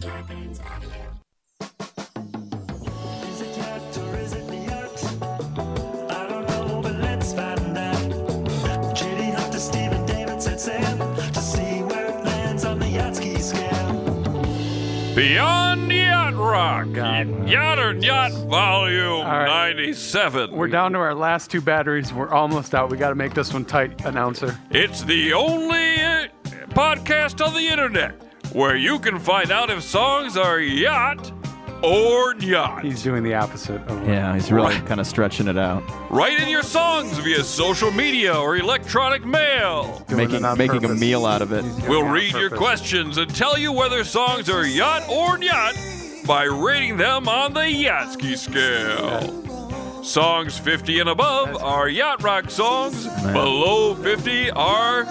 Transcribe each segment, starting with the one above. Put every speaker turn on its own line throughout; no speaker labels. Starburns Audio.
Is it cat or is it the ox? I don't know, but let's find out. J.D. Hunter, Stephen Davidson, Sam, to see where it lands on the Yatsky scale.
Beyond Yacht Rock, Yacht or Yacht Volume
All right.
97.
We're down to our last two batteries. We're almost out. We got to make this one tight, announcer.
It's the only uh, podcast on the internet where you can find out if songs are yacht or yacht.
He's doing the opposite of what-
Yeah, he's really
Right.
kind of stretching it out,
Write in your songs via social media or electronic mail.
doing
making
it on
making a
purpose.
meal out of it.
He's doing
We'll
it on
read your
purpose.
questions and tell you whether songs are yacht or yacht by rating them on the Yatsky scale. Songs 50 and above are yacht rock songs, below 50 are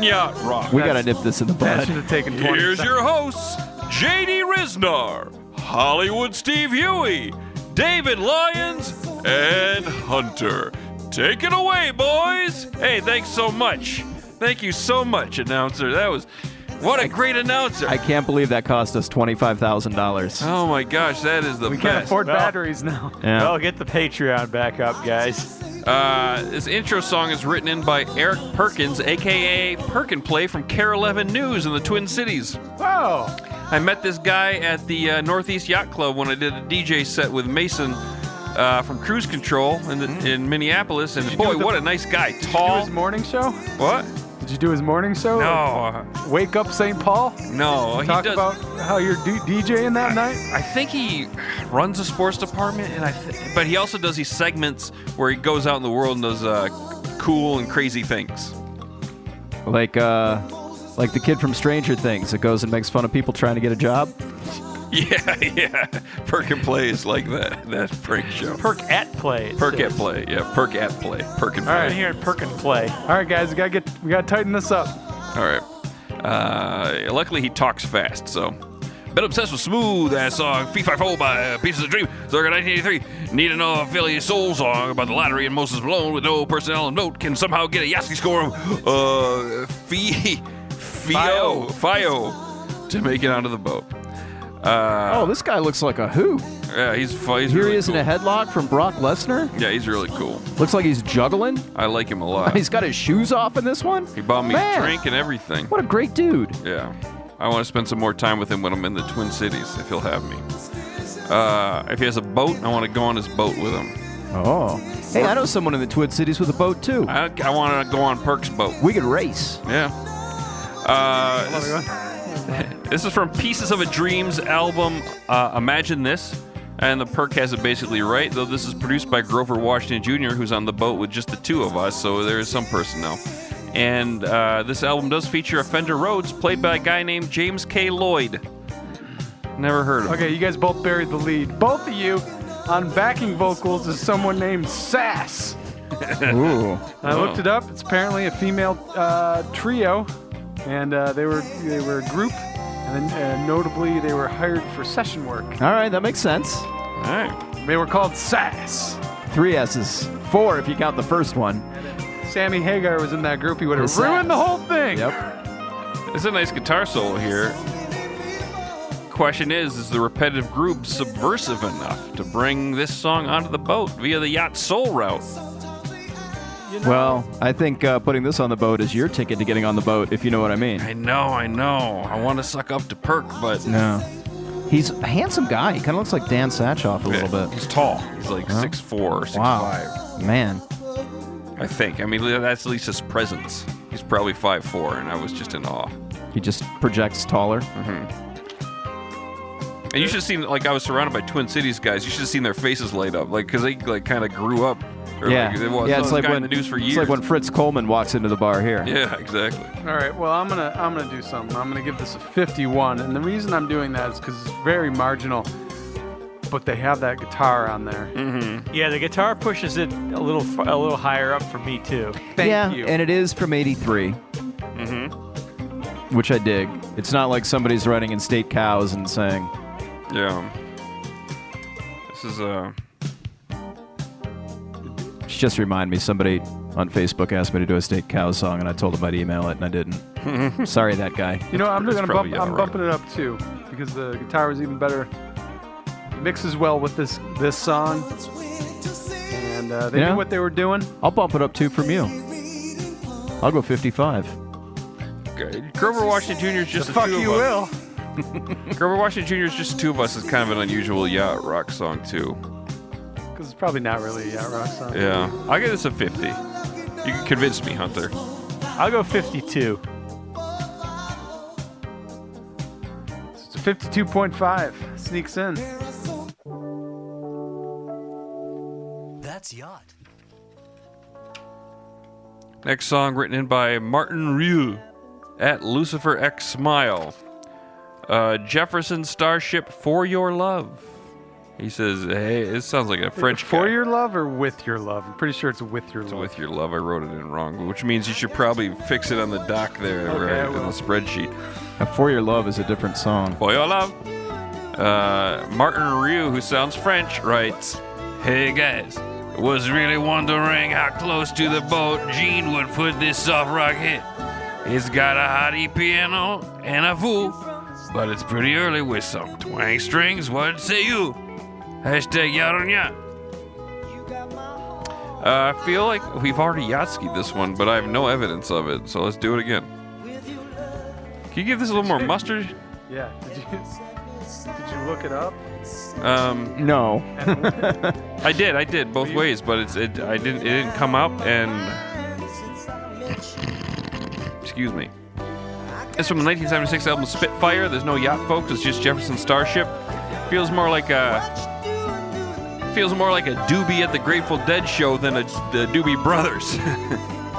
yacht rock.
We gotta nip this in the
That should
bud.
have taken 20
Here's
seconds.
your hosts, JD Riznar, Hollywood Steve Huey, David Lyons, and Hunter. Take it away, boys. Hey, thanks so much. Thank you so much, announcer. That was what a great announcer.
I can't believe that cost us twenty five thousand dollars.
oh my gosh, that is the
We
best.
can't afford batteries now.
Yeah.
Well, get the Patreon back up, guys.
Uh, this intro song is written in by Eric Perkins, aka Perkin Play from Care 11 News in the Twin Cities.
Whoa.
I met this guy at the uh, Northeast Yacht Club when I did a DJ set with Mason uh, from Cruise Control in,
Mm.
the, in Minneapolis, and boy,
the-
what a nice guy!
Did you do
Tall.
his morning show?
What?
Did you do his morning show?
No,
Wake up St. Paul?
no. He
Oh. Talk
does.
about how you're d- DJing that night?
I think he runs a sports department, and I. Th- but he also does these segments where he goes out in the world and does uh, cool and crazy things.
Like uh, like the kid from Stranger Things that goes and makes fun of people trying to get a job.
Yeah, yeah. Perk and play is like that. That prank show. Perk,
Perk at play. it
perk
says.
at play. Yeah, perk at play. Perk and play.
Come in here and perk and play.
All right, guys, we got to get we got to tighten this up.
All right. Uh, luckily, he talks fast, so. Been obsessed with smooth ass song, Fee Fi Fo by uh, Pieces of Dream, circa 1983. Need to know a Philly soul song about the lottery and Moses Malone with no personnel of note can somehow get a Yasky score of uh, Fee, Fio, Fio to make it onto the boat. Uh,
Oh, this guy looks like a who.
yeah, he's, fu- he's
Here
really
he is
cool.
in a headlock from Brock Lesnar.
Yeah, he's really cool.
Looks like he's juggling.
I like him a lot.
He's got his shoes off in this one.
he bought me
Man,
a drink and everything.
What a great dude.
Yeah. I want to spend some more time with him when I'm in the Twin Cities, if he'll have me. Uh, if he has a boat, I want to go on his boat with him.
Oh. Hey, I know someone in the Twin Cities with a boat too.
I, I want to go on Perk's boat.
We could race.
Yeah. Uh, this, this is from Pieces of a Dream's album, uh, Imagine This. And the perk has it basically right, though this is produced by Grover Washington Jr., who's on the boat with just the two of us, so there is some personnel. And uh, this album does feature a Fender Rhodes played by a guy named James K. Lloyd. Never heard of him.
Okay, you guys both buried the lead. Both of you on backing vocals is someone named Sass.
Ooh.
I
Oh.
looked it up. It's apparently a female uh, trio, and uh, they were they were a group, and then, uh, notably they were hired for session work.
All right, that makes sense.
All right.
They were called Sass.
Three S's. Four if you count the first one.
Sammy Hagar was in that group. He would have
Sass.
ruined the whole thing.
Yep.
It's a nice guitar solo here. Question is, is the repetitive groove subversive enough to bring this song onto the boat via the yacht soul route?
Well, I think uh, putting this on the boat is your ticket to getting on the boat, if you know what I mean.
I know, I know. I want to suck up to Perk, but
No. He's a handsome guy. He kind of looks like Dan Satchoff a little bit.
He's tall. He's like six four or six
Wow. Man.
I think. I mean, that's Lisa's presence. He's probably five four, and I was just in awe.
He just projects taller.
And you should have seen, like, I was surrounded by Twin Cities guys. You should have seen their faces light up, like, because they like kind of grew up. Or,
Yeah.
like, they wa-
yeah,
saw
it's
this
like,
guy
when,
in the news for years.
it's like when Fritz Coleman walks into the bar here.
yeah, exactly.
All right. Well, I'm gonna I'm gonna do something. I'm gonna give this a 51, and the reason I'm doing that is because it's very marginal. But they have that guitar on there.
Yeah, the guitar pushes it a little f- a little higher up for me too.
Thank
yeah,
you.
and it is from 83. Mm-hmm.
Mm-hmm.
Which I dig. It's not like somebody's running in state cows and saying,
Yeah. This is uh
just remind me, somebody on Facebook asked me to do a state cow song, and I told him I'd email it, and I didn't. Sorry, that guy.
You know, I'm
It's
gonna bump,
probably
I'm
all right.
bumping it up too. because the guitar was even better. Mixes well with this this song, and uh, they
Yeah.
knew what they were doing.
I'll bump it up two from you. I'll go 55.
G- Grover Washington Jr. is just the
Fuck
two
you,
of us.
Will.
Grover Washington Jr. is just the two of us. It's kind of an unusual yacht rock song too.
Because it's probably not really a yacht rock song.
Yeah, I'll give this a 50. You can convince me, Hunter.
I'll go 52.
It's a 52.5. Sneaks in.
That's yacht.
Next song written in by Martin Rue at Lucifer X Smile. Uh, Jefferson Starship for Your Love. He says, hey, it sounds like a French
For
guy.
your love or with your love? I'm pretty sure it's with your love.
With your love, I wrote it in wrong, which means you should probably fix it on the doc there,
Okay, I
right,
will.
on the spreadsheet.
Now, For Your Love is a different song.
For your love. Uh, Martin Rue, who sounds French, writes, Hey guys, was really wondering how close to the boat Gene would put this soft rock hit. It's got a hearty piano and a fool, but it's pretty early with some twang strings. What say you? Hashtag yacht on yacht. Uh, I feel like we've already yatskied this one, but I have no evidence of it, so let's do it again. Can you give this a little more mustard?
Yeah. Did you, did you look it up?
Um,
No.
I did, I did both ways, but it's it. I didn't. It didn't come up, and excuse me. It's from the 1976 album Spitfire. There's no yacht, folks. It's just Jefferson Starship. Feels more like a feels more like a Doobie at the Grateful Dead show than a the Doobie Brothers.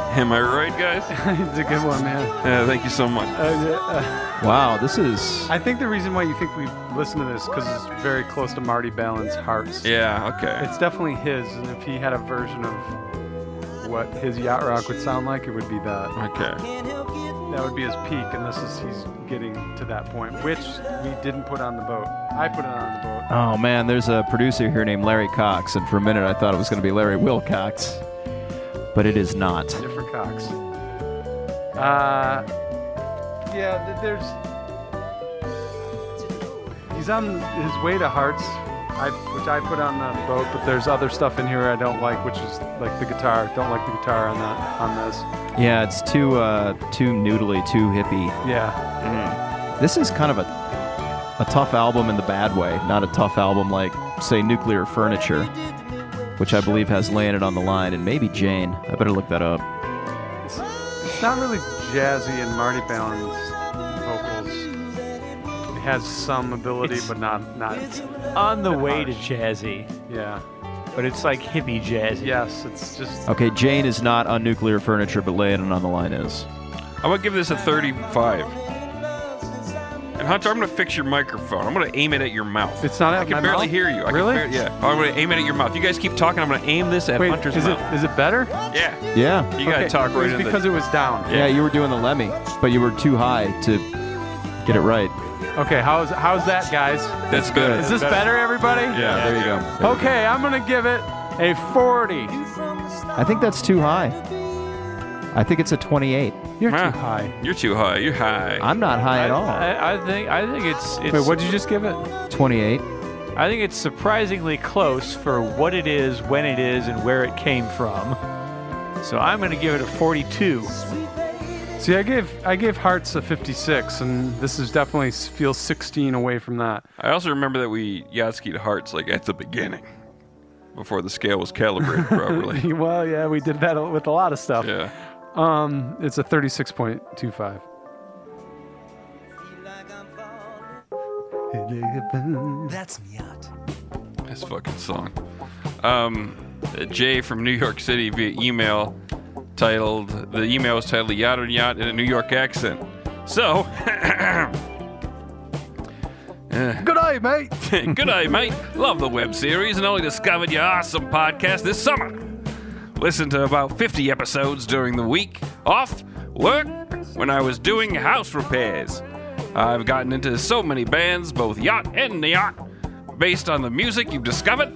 Am I right, guys?
it's a good one, man.
Uh, thank you so much.
Uh, yeah, uh,
Wow, this is.
I think the reason why you think we listen to this because it's very close to Marty Ballin's Hearts.
Yeah. Okay.
It's definitely his, and if he had a version of what his yacht rock would sound like, it would be that.
Okay.
That would be his peak, and this is he's getting to that point, which we didn't put on the boat. I put it on the boat.
Oh man, there's a producer here named Larry Cox, and for a minute I thought it was going to be Larry Wilcox, but it is not.
Different Cox. Uh, yeah, th- there's. He's on his way to Hearts, I, which I put on the boat, but there's other stuff in here I don't like, which is like the guitar. Don't like the guitar on that on this.
Yeah, it's too uh, too noodly, too hippie.
Yeah,
This is kind of a a tough album in the bad way, not a tough album like say Nuclear Furniture, which I believe has landed on the line, and maybe Jane. I better look that up.
it's, it's not really jazzy, and Marty Ballin's vocals. It has some ability,
It's-
but not not.
On the
Bit
way to
harsh.
jazzy,
Yeah.
but it's like hippie jazzy.
Yes, it's just
Okay, Jane is not on Nuclear Furniture, but Landon on the line is.
I'm gonna give this a 35. And Hunter, I'm gonna fix your microphone. I'm gonna aim it at your mouth.
it's not.
I can barely hear you. I
Really?
Can barely, yeah. I'm gonna aim it at your mouth. You guys keep talking. I'm gonna aim this at
Wait,
Hunter's
is
mouth.
it is it better?
Yeah.
Yeah.
You gotta
Okay,
talk right
it was
in
because
the.
it was down.
Yeah, you were doing the Lemmy, but you were too high to get it right.
Okay, how's how's that, guys?
that's good.
Is this better, everybody?
Yeah.
There you go.
Okay, I'm gonna give it a 40.
I think that's too high. I think it's a 28.
You're
Huh.
too high.
You're too high. You're high.
I'm not high
I,
at all.
I, I think I think it's, it's
Wait, what'd you just give it?
28.
I think it's surprisingly close for what it is, when it is, and where it came from. So I'm going to give it a 42.
See, I gave I gave Hearts a 56, and this is definitely s- feels 16 away from that.
I also remember that we Yatskied hearts like at the beginning, before the scale was calibrated properly.
well, yeah, we did that with a lot of stuff.
yeah.
Um, it's a 36.25.
That's yacht.
This fucking song. Um, Jay from New York City via email titled the email is titled Yacht on Yacht in a New York accent. So,
Good eye, mate.
Good day, mate. Love the web series and only discovered your awesome podcast this summer. Listen to about 50 episodes during the week, off work, when I was doing house repairs. I've gotten into so many bands, both yacht and yacht, based on the music you've discovered,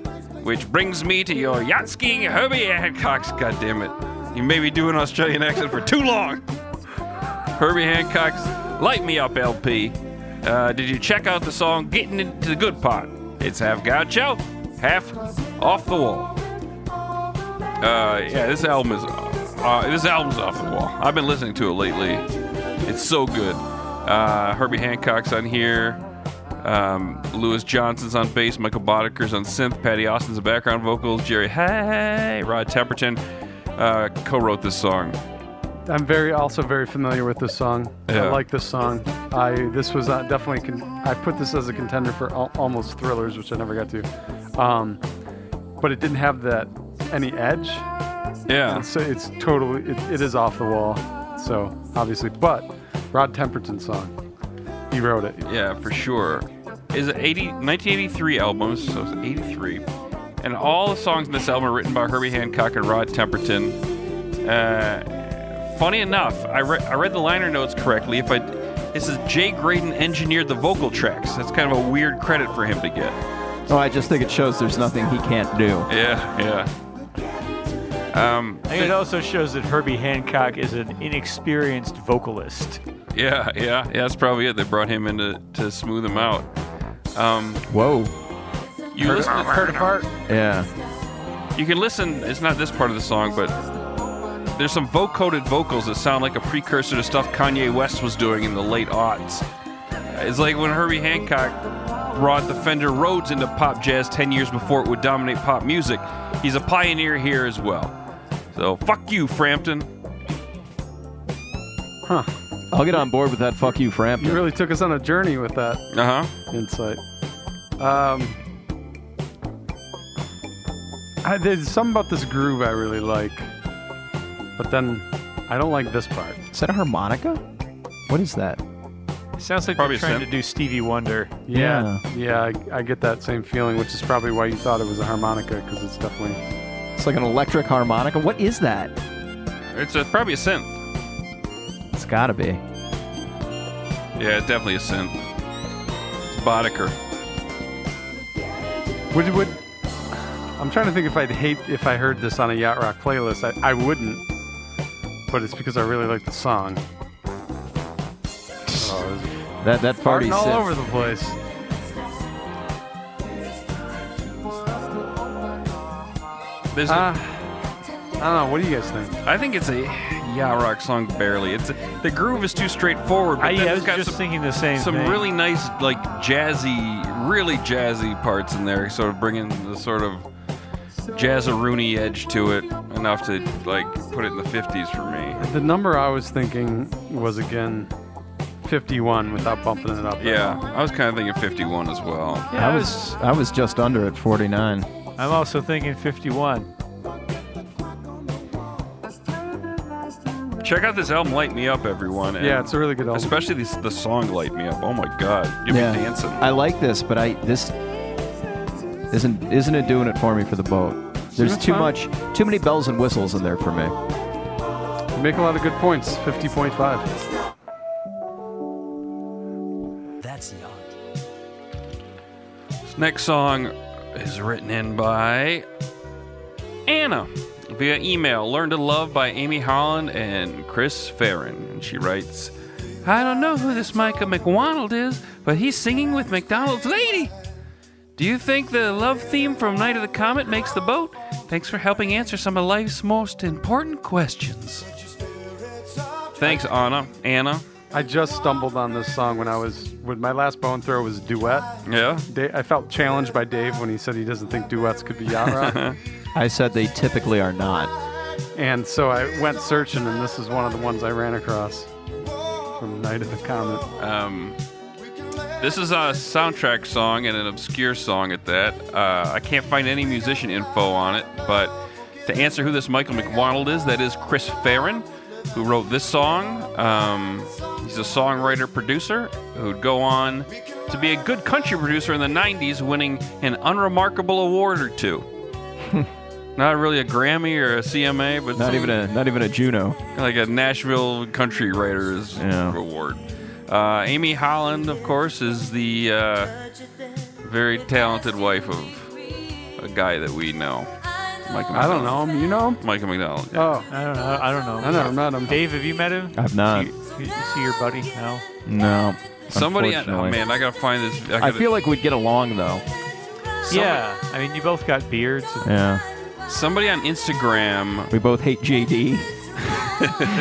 which brings me to your yacht skiing Herbie Hancock's. God damn it. You made me do an Australian accent for too long. Herbie Hancock's Light Me Up LP Uh, did you check out the song Getting Into the Good Part? It's half gaucho, half off the wall. Uh, yeah, this album is uh, this album's off the wall. I've been listening to it lately. It's so good. Uh, Herbie Hancock's on here. Um, Lewis Johnson's on bass. Michael Boddicker on synth. Patty Austin's on background vocals. Jerry Hey, Rod Temperton uh, co-wrote this song.
I'm very also very familiar with this song.
Yeah.
I like this song. I this was uh, definitely con- I put this as a contender for al- almost thrillers, which I never got to. Um, but it didn't have that any edge.
Yeah,
So it's totally it, it is off the wall. So obviously, but Rod Temperton's song, he wrote it.
yeah, for sure. Is it 80, 1983 albums, so it's 83, and all the songs in this album are written by Herbie Hancock and Rod Temperton. Uh, funny enough, I, re- I read the liner notes correctly. If I this is Jay Graydon engineered the vocal tracks. That's kind of a weird credit for him to get.
Oh, I just think it shows there's nothing he can't do.
Yeah, yeah. Um,
I think it also shows that Herbie Hancock is an inexperienced vocalist.
yeah, yeah, yeah. That's probably it. They brought him in to, to smooth him out. Um,
Whoa.
you listen to
Heard apart.
Yeah.
You can listen, it's not this part of the song, but there's some vocoded vocals that sound like a precursor to stuff Kanye West was doing in the late aughts. It's like when Herbie Hancock brought the Fender Rhodes into pop jazz 10 years before it would dominate pop music. He's a pioneer here as well. So, fuck you, Frampton.
I'll get on board with that. Fuck you, Frampton.
You really took us on a journey with that
Uh huh.
insight. Um, I, there's something about this groove I really like, but then I don't like this part.
Is that a harmonica? What is that?
Sounds like
Probably
they're trying
synth.
to do Stevie Wonder.
Yeah.
yeah, I, I get that same feeling, which is probably why you thought it was a harmonica, because it's definitely.
It's like an electric harmonica. What is that?
It's a, probably a synth.
It's gotta be.
Yeah, it's definitely a synth. It's Boddicker.
Would would? I'm trying to think if I'd hate if I heard this on a yacht rock playlist. I, I wouldn't, but it's because I really like the song. Oh, it's
That that party
farting all
synth.
over the place.
There's,
Uh, I
Ah,
don't know. What do you guys think?
I think it's a yacht rock song, barely. It's The groove is too straightforward, but
I,
then
I
it's
was
got
just
some-
thinking the same
some
thing.
really nice like jazzy really jazzy parts in there sort of bringing the sort of jazzaroony edge to it enough to like put it in the 50s for me
The number I was thinking was again 51 without bumping it up.
yeah i was kind of thinking 51 as well
Yeah,
I was I was just under at 49.
I'm also thinking 51.
check out this album light me up everyone and
Yeah, it's a really good album.
especially the, the song light me up oh my god you'll be dancing
I like this, but I this isn't isn't it doing it for me for the boat. There's
That's
too
fine.
much too many bells and whistles in there for me.
You make a lot of good points. 50.5.
That's yacht.
This next song is written in by Anna via email. Learn to Love by Amy Holland and Chris Farron. And she writes, I don't know who this Micah McDonald is, but he's singing with McDonald's lady. Do you think the love theme from Night of the Comet makes the boat? Thanks for helping answer some of life's most important questions. Thanks, Anna. Anna.
I just stumbled on this song when I was when my last bone throw was duet.
Yeah.
Da- I felt challenged by Dave when he said he doesn't think duets could be yacht rock,
I said they typically are not.
and so I went searching, and this is one of the ones I ran across from Night of the Comet.
Um, this is a soundtrack song and an obscure song at that. Uh, I can't find any musician info on it, but to answer who this Michael McDonald is, that is Chris Farron, who wrote this song. Um, he's a songwriter producer who'd go on to be a good country producer in the 90s, winning an unremarkable award or two. Not really a Grammy or a CMA, but
Not
some-
even a not even a Juno.
like a Nashville Country Writers
Yeah.
Award. Uh, Amy Holland, of course, is the uh, very talented wife of a guy that we know.
I
Mike
I don't know him. You know him?
Micah McDonald. yeah.
Oh,
I don't know. I don't know.
I never met him.
Dave, have you met him?
I've not.
You, you see your buddy? No.
No.
Somebody, oh
unfortunately.
man, I gotta find this.
I
gotta-
feel like we'd get along though.
Yeah. I mean, you both got beards.
Yeah.
somebody on Instagram.
We both hate JD.
Somebody,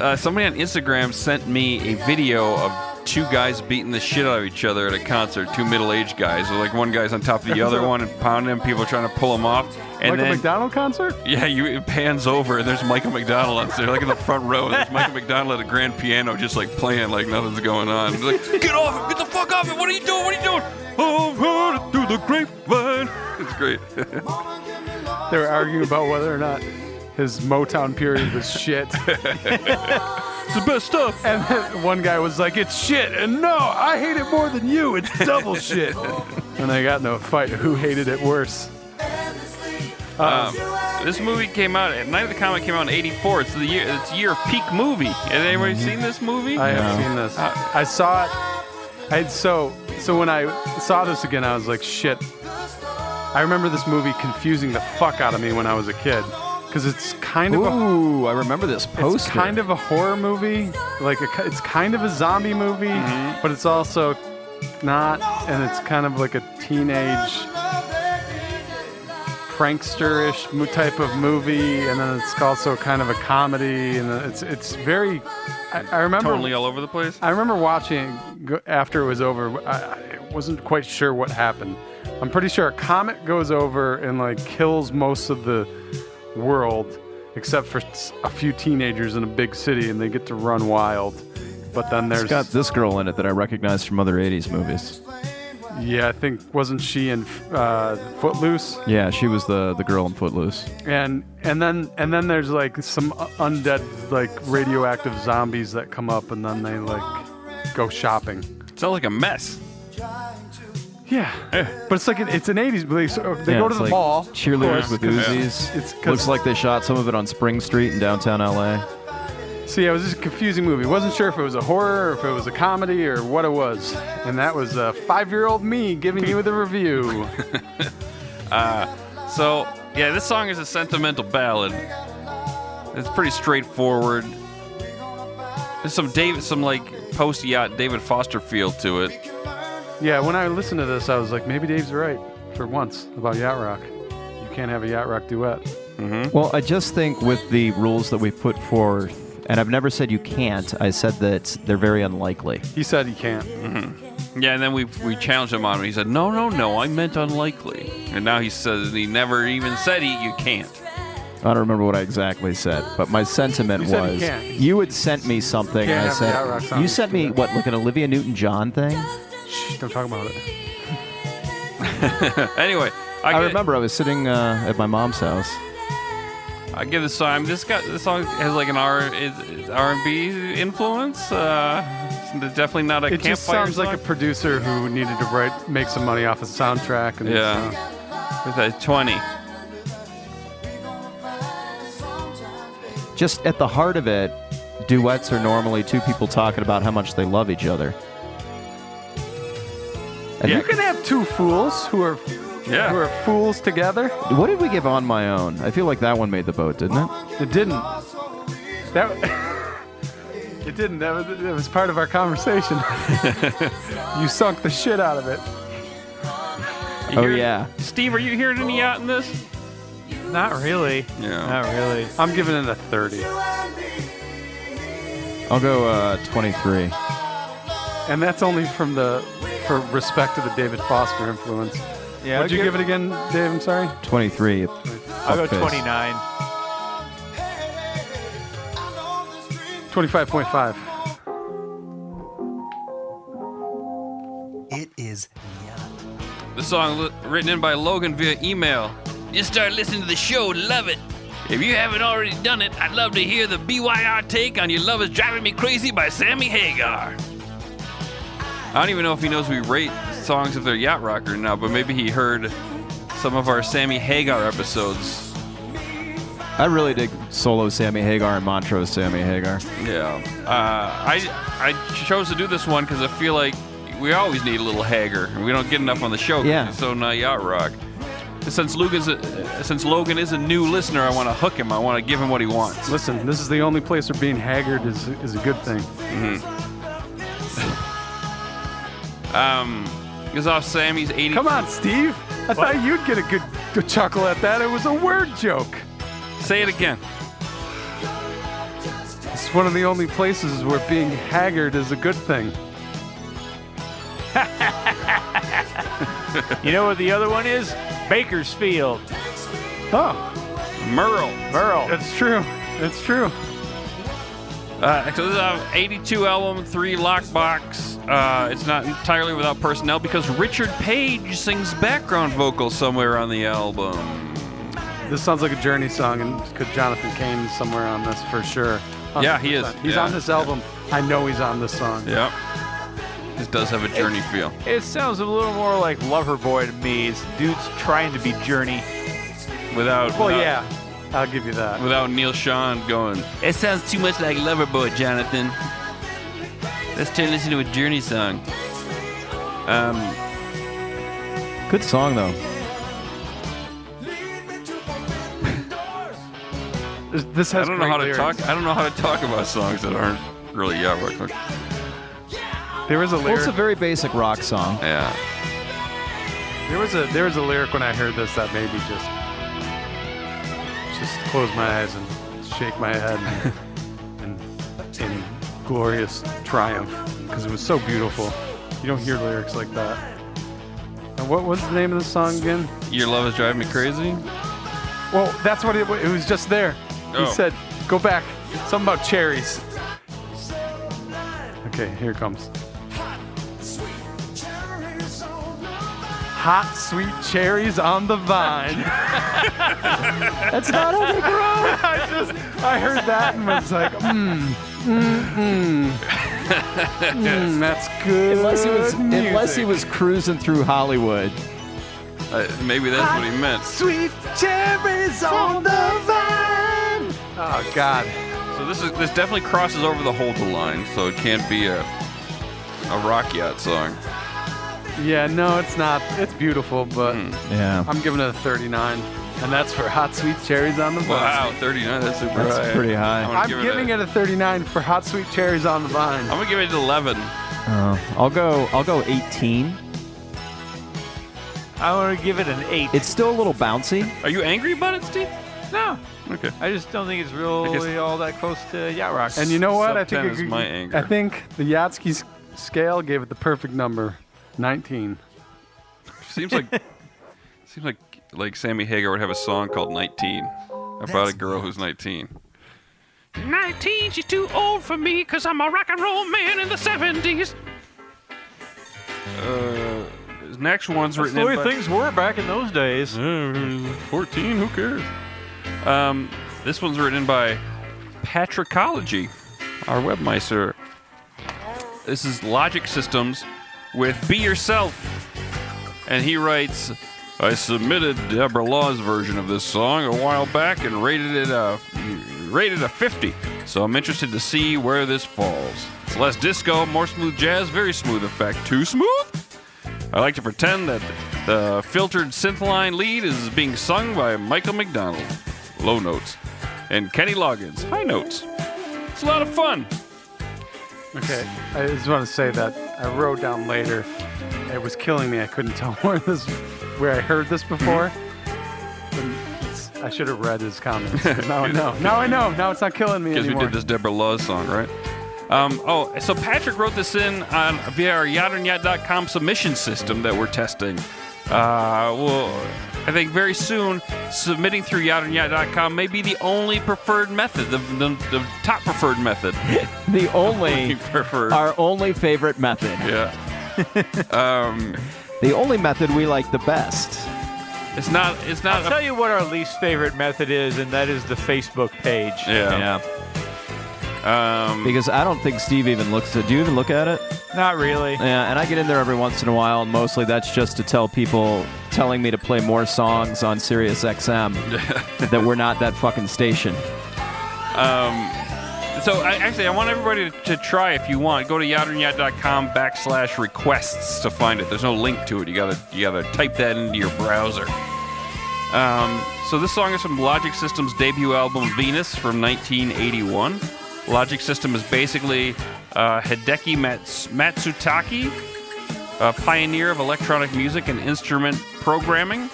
uh, somebody on Instagram sent me a video of two guys beating the shit out of each other at a concert. Two middle-aged guys. So, like one guy's on top of the other one and pounding him. People are trying to pull him off. And
Michael
then,
McDonald concert?
yeah, you it pans over and there's Michael McDonald up there, like in the front row. And there's Michael McDonald at a grand piano, just like playing, like nothing's going on. He's like, get off him! Get the fuck off him! What are you doing? What are you doing? Oh, heard it through the grapevine. It's great.
They were arguing about whether or not his Motown period was shit.
it's the best stuff.
And then one guy was like, "It's shit," and no, I hate it more than you. It's double shit. And they got into a fight. Who hated it worse?
This movie came out. Night of the Comic came out in '84. It's the year. It's year of peak movie. Has anybody seen this movie?
I have seen this. I saw it. I so so when I saw this again, I was like, "Shit." I remember this movie confusing the fuck out of me when I was a kid, because it's kind of a
Ooh, I remember this poster.
It's kind of a horror movie, like a, it's kind of a zombie movie, but it's also not, and it's kind of like a teenage prankster-ish mo- type of movie, and then it's also kind of a comedy, and it's it's very. I, I remember
totally all over the place.
I remember watching it go- after it was over. I, I wasn't quite sure what happened. I'm pretty sure a comet goes over and like kills most of the world, except for s- a few teenagers in a big city, and they get to run wild. But then
It's
there's
got this girl in it that I recognize from other '80s movies.
yeah, I think wasn't she in uh, Footloose?
Yeah, she was the the girl in Footloose.
And and then and then there's like some u- undead like radioactive zombies that come up, and then they like go shopping.
Sounds like a mess.
Yeah,
Eh.
but it's like an, it's an '80s movie. So they
Yeah,
go to
it's
the
like
mall.
Cheerleaders
of course,
with
'cause
Uzis.
It's because
Looks like they shot some of it on Spring Street in downtown LA.
see, it was just a confusing movie. wasn't sure if it was a horror, or if it was a comedy, or what it was. And that was uh, five-year-old me giving you the review.
So yeah, this song is a sentimental ballad. It's pretty straightforward. There's some David, some like post yacht David Foster feel to it.
yeah, when I listened to this, I was like, maybe Dave's right for once about yacht rock. You can't have a yacht rock duet. Hmm?
Well, I just think with the rules that we put forth, and I've never said you can't. I said that they're very unlikely.
He said he can't.
Yeah, and then we we challenged him on it. He said, "No, no, no, I meant unlikely." And now he says he never even said he you can't.
I don't remember what I exactly said, but my sentiment
You said you
was
can't.
you had sent me something.
Can't
and I
have the Outrock
said
song.
you sent me what, like an Olivia Newton-John thing?
Shh, don't talk about it.
Anyway, I,
I
get-
remember I was sitting uh, at my mom's house.
I give this song. This got this song has like an R R and B influence. Uh, it's definitely not a
It
campfire
just sounds
song.
like a producer who needed to write, make some money off his soundtrack. And
Yeah.
uh,
with a twenty.
Just at the heart of it, duets are normally two people talking about how much they love each other. And
you can have two fools who are
Yeah.
who are fools together.
What did we give on my own? I feel like that one made the boat, didn't it?
It didn't. That it didn't. That was, that was part of our conversation. you sunk the shit out of it.
You
Oh,
hear-
yeah.
Steve, are you hearing any yacht in this?
Not really.
Yeah.
Not really.
I'm giving it a 30.
I'll go uh, 23.
And that's only from the for respect to the David Foster influence.
Yeah.
Would you give it again, Dave? I'm sorry.
23.
I'll go
Fuckface.
29.
25.5.
It is yacht.
Uh, The song li- written in by Logan via email. Just start listening to the show, love it. If you haven't already done it, I'd love to hear the BYR take on Your Love Is Driving Me Crazy by Sammy Hagar. I don't even know if he knows we rate songs if they're yacht rock or not, but maybe he heard some of our Sammy Hagar episodes.
I really dig solo Sammy Hagar and Montrose Sammy Hagar.
Yeah. Uh, I I chose to do this one because I feel like we always need a little Hager. We don't get enough on the show. 'cause
Yeah.
It's so now yacht rock. Since Logan's a, since Logan is a new listener, I want to hook him. I want to give him what he wants.
Listen, this is the only place where being haggard is is a good thing.
Um, is off Sam. He's 80.
Come on, Steve. I thought you'd get a good, good chuckle at that. It was a word joke.
Say it again.
It's one of the only places where being haggard is a good thing.
You know what the other one is? Bakersfield.
Oh,
Merle.
Merle.
that's true. That's true.
Uh, so this is off 82 album, three lockbox. Uh, it's not entirely without personnel because Richard Page sings background vocals somewhere on the album.
This sounds like a Journey song, and because Jonathan Cain somewhere on this for sure.
Yeah, he is.
100%. He's
Yeah.
on this album. I know he's on this song.
Yep. This does have a journey feel.
It sounds a little more like Loverboy to me. It's dudes trying to be Journey.
Without
Well,
without-
Oh, yeah, I'll give you that.
without Neil Sean going. It sounds too much like Loverboy, Jonathan. Let's turn this into a Journey song. Um,
Good song though.
This- This
I
has.
don't know how
great
to
lyrics.
talk. I don't know how to talk about songs that aren't really yeah rock. songs.
There was a
Well, it's
lyric.
a very basic rock song.
Yeah.
there was a there was a lyric when I heard this that made me just just close my eyes and shake my head and in, in glorious triumph because it was so beautiful. You don't hear lyrics like that. And what was the name of the song again?
Your love is driving me crazy.
Well, that's what it was. It was just there.
Oh.
He said, "Go back." Something about cherries. Okay, here it comes. Hot sweet cherries on the vine.
That's not how they grow.
I just I heard that and was like, mm, mm, mm, mm, that's good.
Unless he was,
music.
unless he was cruising through Hollywood.
Uh, maybe that's what he meant.
sweet cherries on the vine. Oh God.
So this is this definitely crosses over the hold the line, so it can't be a a rock yacht song.
Yeah, no, it's not. It's beautiful, but
Yeah.
I'm giving it a 39, and that's for hot sweet cherries on the vine.
Wow, 39. That's super
That's
high.
pretty high.
I'm, gonna
I'm
give
giving
it.
it a 39 for hot sweet cherries on the
A,
vine.
I'm gonna give it 11.
Uh, I'll go. I'll go 18.
I want to give it an 8.
It's still a little bouncy.
Are you angry about it, Steve?
no.
Okay.
I just don't think it's really all that close to Yacht Rock.
And you know what? I
Sub 10
think it
is
could-
my anger.
I think the Yatsky s- scale gave it the perfect number, 19.
Seems like seems like like Sammy Hagar would have a song called 19 about a girl who's 19.
19, she's too old for me, cause I'm a rock and roll man in the 70s.
Uh, his next one's
That's
written
the way
in by-
things were back in those days.
Uh, 14. Who cares? Um, this one's written by Patrickology, our webmaster. This is Logic Systems with "Be Yourself," and he writes. I submitted Deborah Law's version of this song a while back and rated it a rated a 50. So I'm interested to see where this falls. It's less disco, more smooth jazz, very smooth effect. Too smooth? I like to pretend that the filtered synth line lead is being sung by Michael McDonald, low notes, and Kenny Loggins, high notes. It's a lot of fun.
Okay, I just want to say that I wrote down later. It was killing me. I couldn't tell where this, where I heard this
Mm-hmm.
before. And it's- I should have read his comments. but Now I know. Now I know. Now it's not killing me
Because we
anymore.
did this Deborah Law song, right? Um, oh, so Patrick wrote this in on via our yachtandyacht.com submission system that we're testing. Uh, well, I think very soon submitting through yachtandyacht.com may be the only preferred method, the, the, the top preferred method.
The only,
preferred.
our only favorite method.
yeah. um,
The only method we like the best.
it's not. It's not.
I'll
a-
tell you what our least favorite method is, and that is the Facebook page.
Yeah. Um,
Because I don't think Steve even looks at. Do you even look at it?
Not really.
Yeah. And I get in there every once in a while, and mostly that's just to tell people telling me to play more songs on Sirius XM that we're not that fucking station.
So I, actually, I want everybody to, to try if you want. Go to yaddernyad.com backslash requests to find it. There's no link to it. You gotta you gotta type that into your browser. Um, so this song is from Logic System's debut album Venus from 1981. Logic System is basically uh, Hideki Mats- Matsutake, a pioneer of electronic music and instrument programming,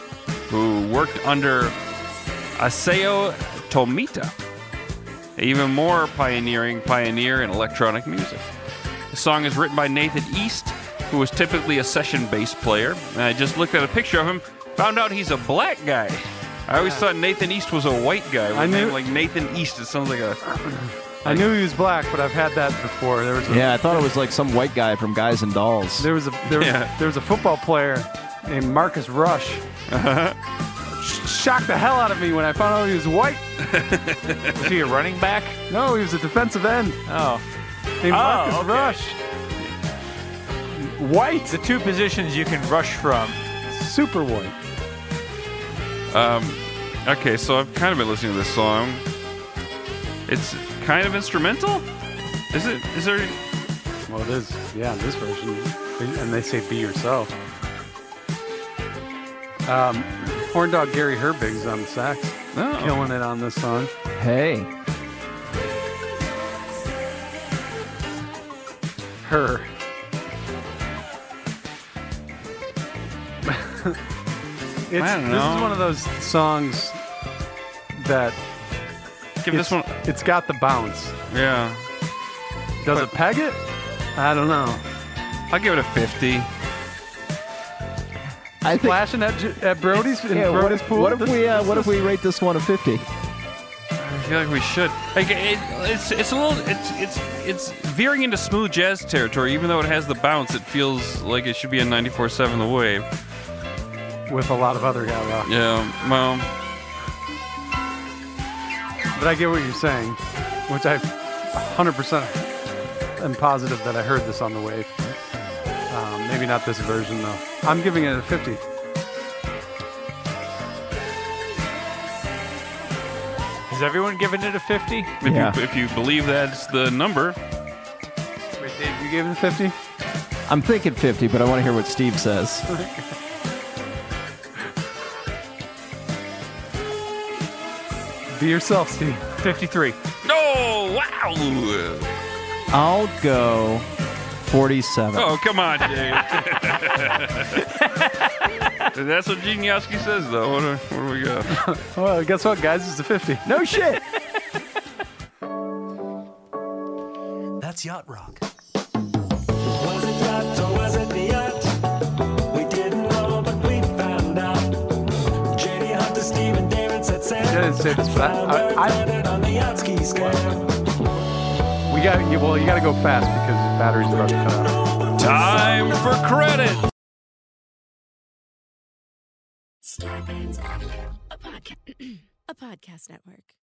who worked under Aseo Tomita, even more pioneering pioneer in electronic music. The song is written by Nathan East, who was typically a session bass player. And I just looked at a picture of him, found out he's a black guy. I always thought Nathan East was a white guy. With
I
a name
knew-
like Nathan East. It sounds like a
I knew he was black, but I've had that before. There was a,
Yeah, I thought it was like some white guy from Guys and Dolls.
there was a there was,
Yeah.
there was a football player named Marcus Rush.
Uh-huh.
Sh- Shocked the hell out of me when I found out he was white.
Was he a running back?
No, he was a defensive end
Oh.
named
Oh.
Marcus
okay.
Rush.
It's
White,
the two positions you can rush from.
super white.
Um, okay, so I've kind of been listening to this song. It's kind of instrumental. Is it? Is there?
Well, it is. Yeah, in this version, and they say be yourself. Um, Horn Dog Gary Herbig's on the sax,
No.
killing it on this song.
Hey,
Her. it's,
I don't
This
know.
is one of those songs that
Give this
it's,
one.
it's got the bounce.
Yeah,
Does
But-
it peg it? I don't know.
I'll give it a fifty.
I think.
Flashing at, J- at Brody's in
Yeah, what,
Brody's
if-
pool.
what if
This-
we uh,
this
what
is-
if we rate this one a 50?
I feel like we should. Like it, it's it's a little it's it's it's veering into smooth jazz territory. Even though it has the bounce, it feels like it should be a 94.7 the wave.
with a lot of other guy rock?
Yeah. Well,
But I get what you're saying, which I 100% am positive that I heard this on the wave. Um, maybe not this version though. I'm giving it a 50.
Is everyone giving it a 50?
if
Yeah.
you if you believe that's the number,
Wait, Dave, you gave it a 50?
I'm thinking 50, but I want to hear what Steve says.
Be yourself, Steve.
53.
oh, wow!
I'll go 47.
Oh, come on, Dave. that's what Gene Yaski says, though. What do, what do we got?
Well, guess what, guys? It's a 50.
No shit.
That's yacht rock. Was it yacht or was it the yacht? We didn't know, but we found out. JD Hunter, Steven David said Sam.
I didn't say this, but I, I, I,
landed on the yacht ski scale.
we got you. Well, you got to go fast because the battery's about to cut out.
Time for credit.
Starbands Audio, a, podca- a podcast network.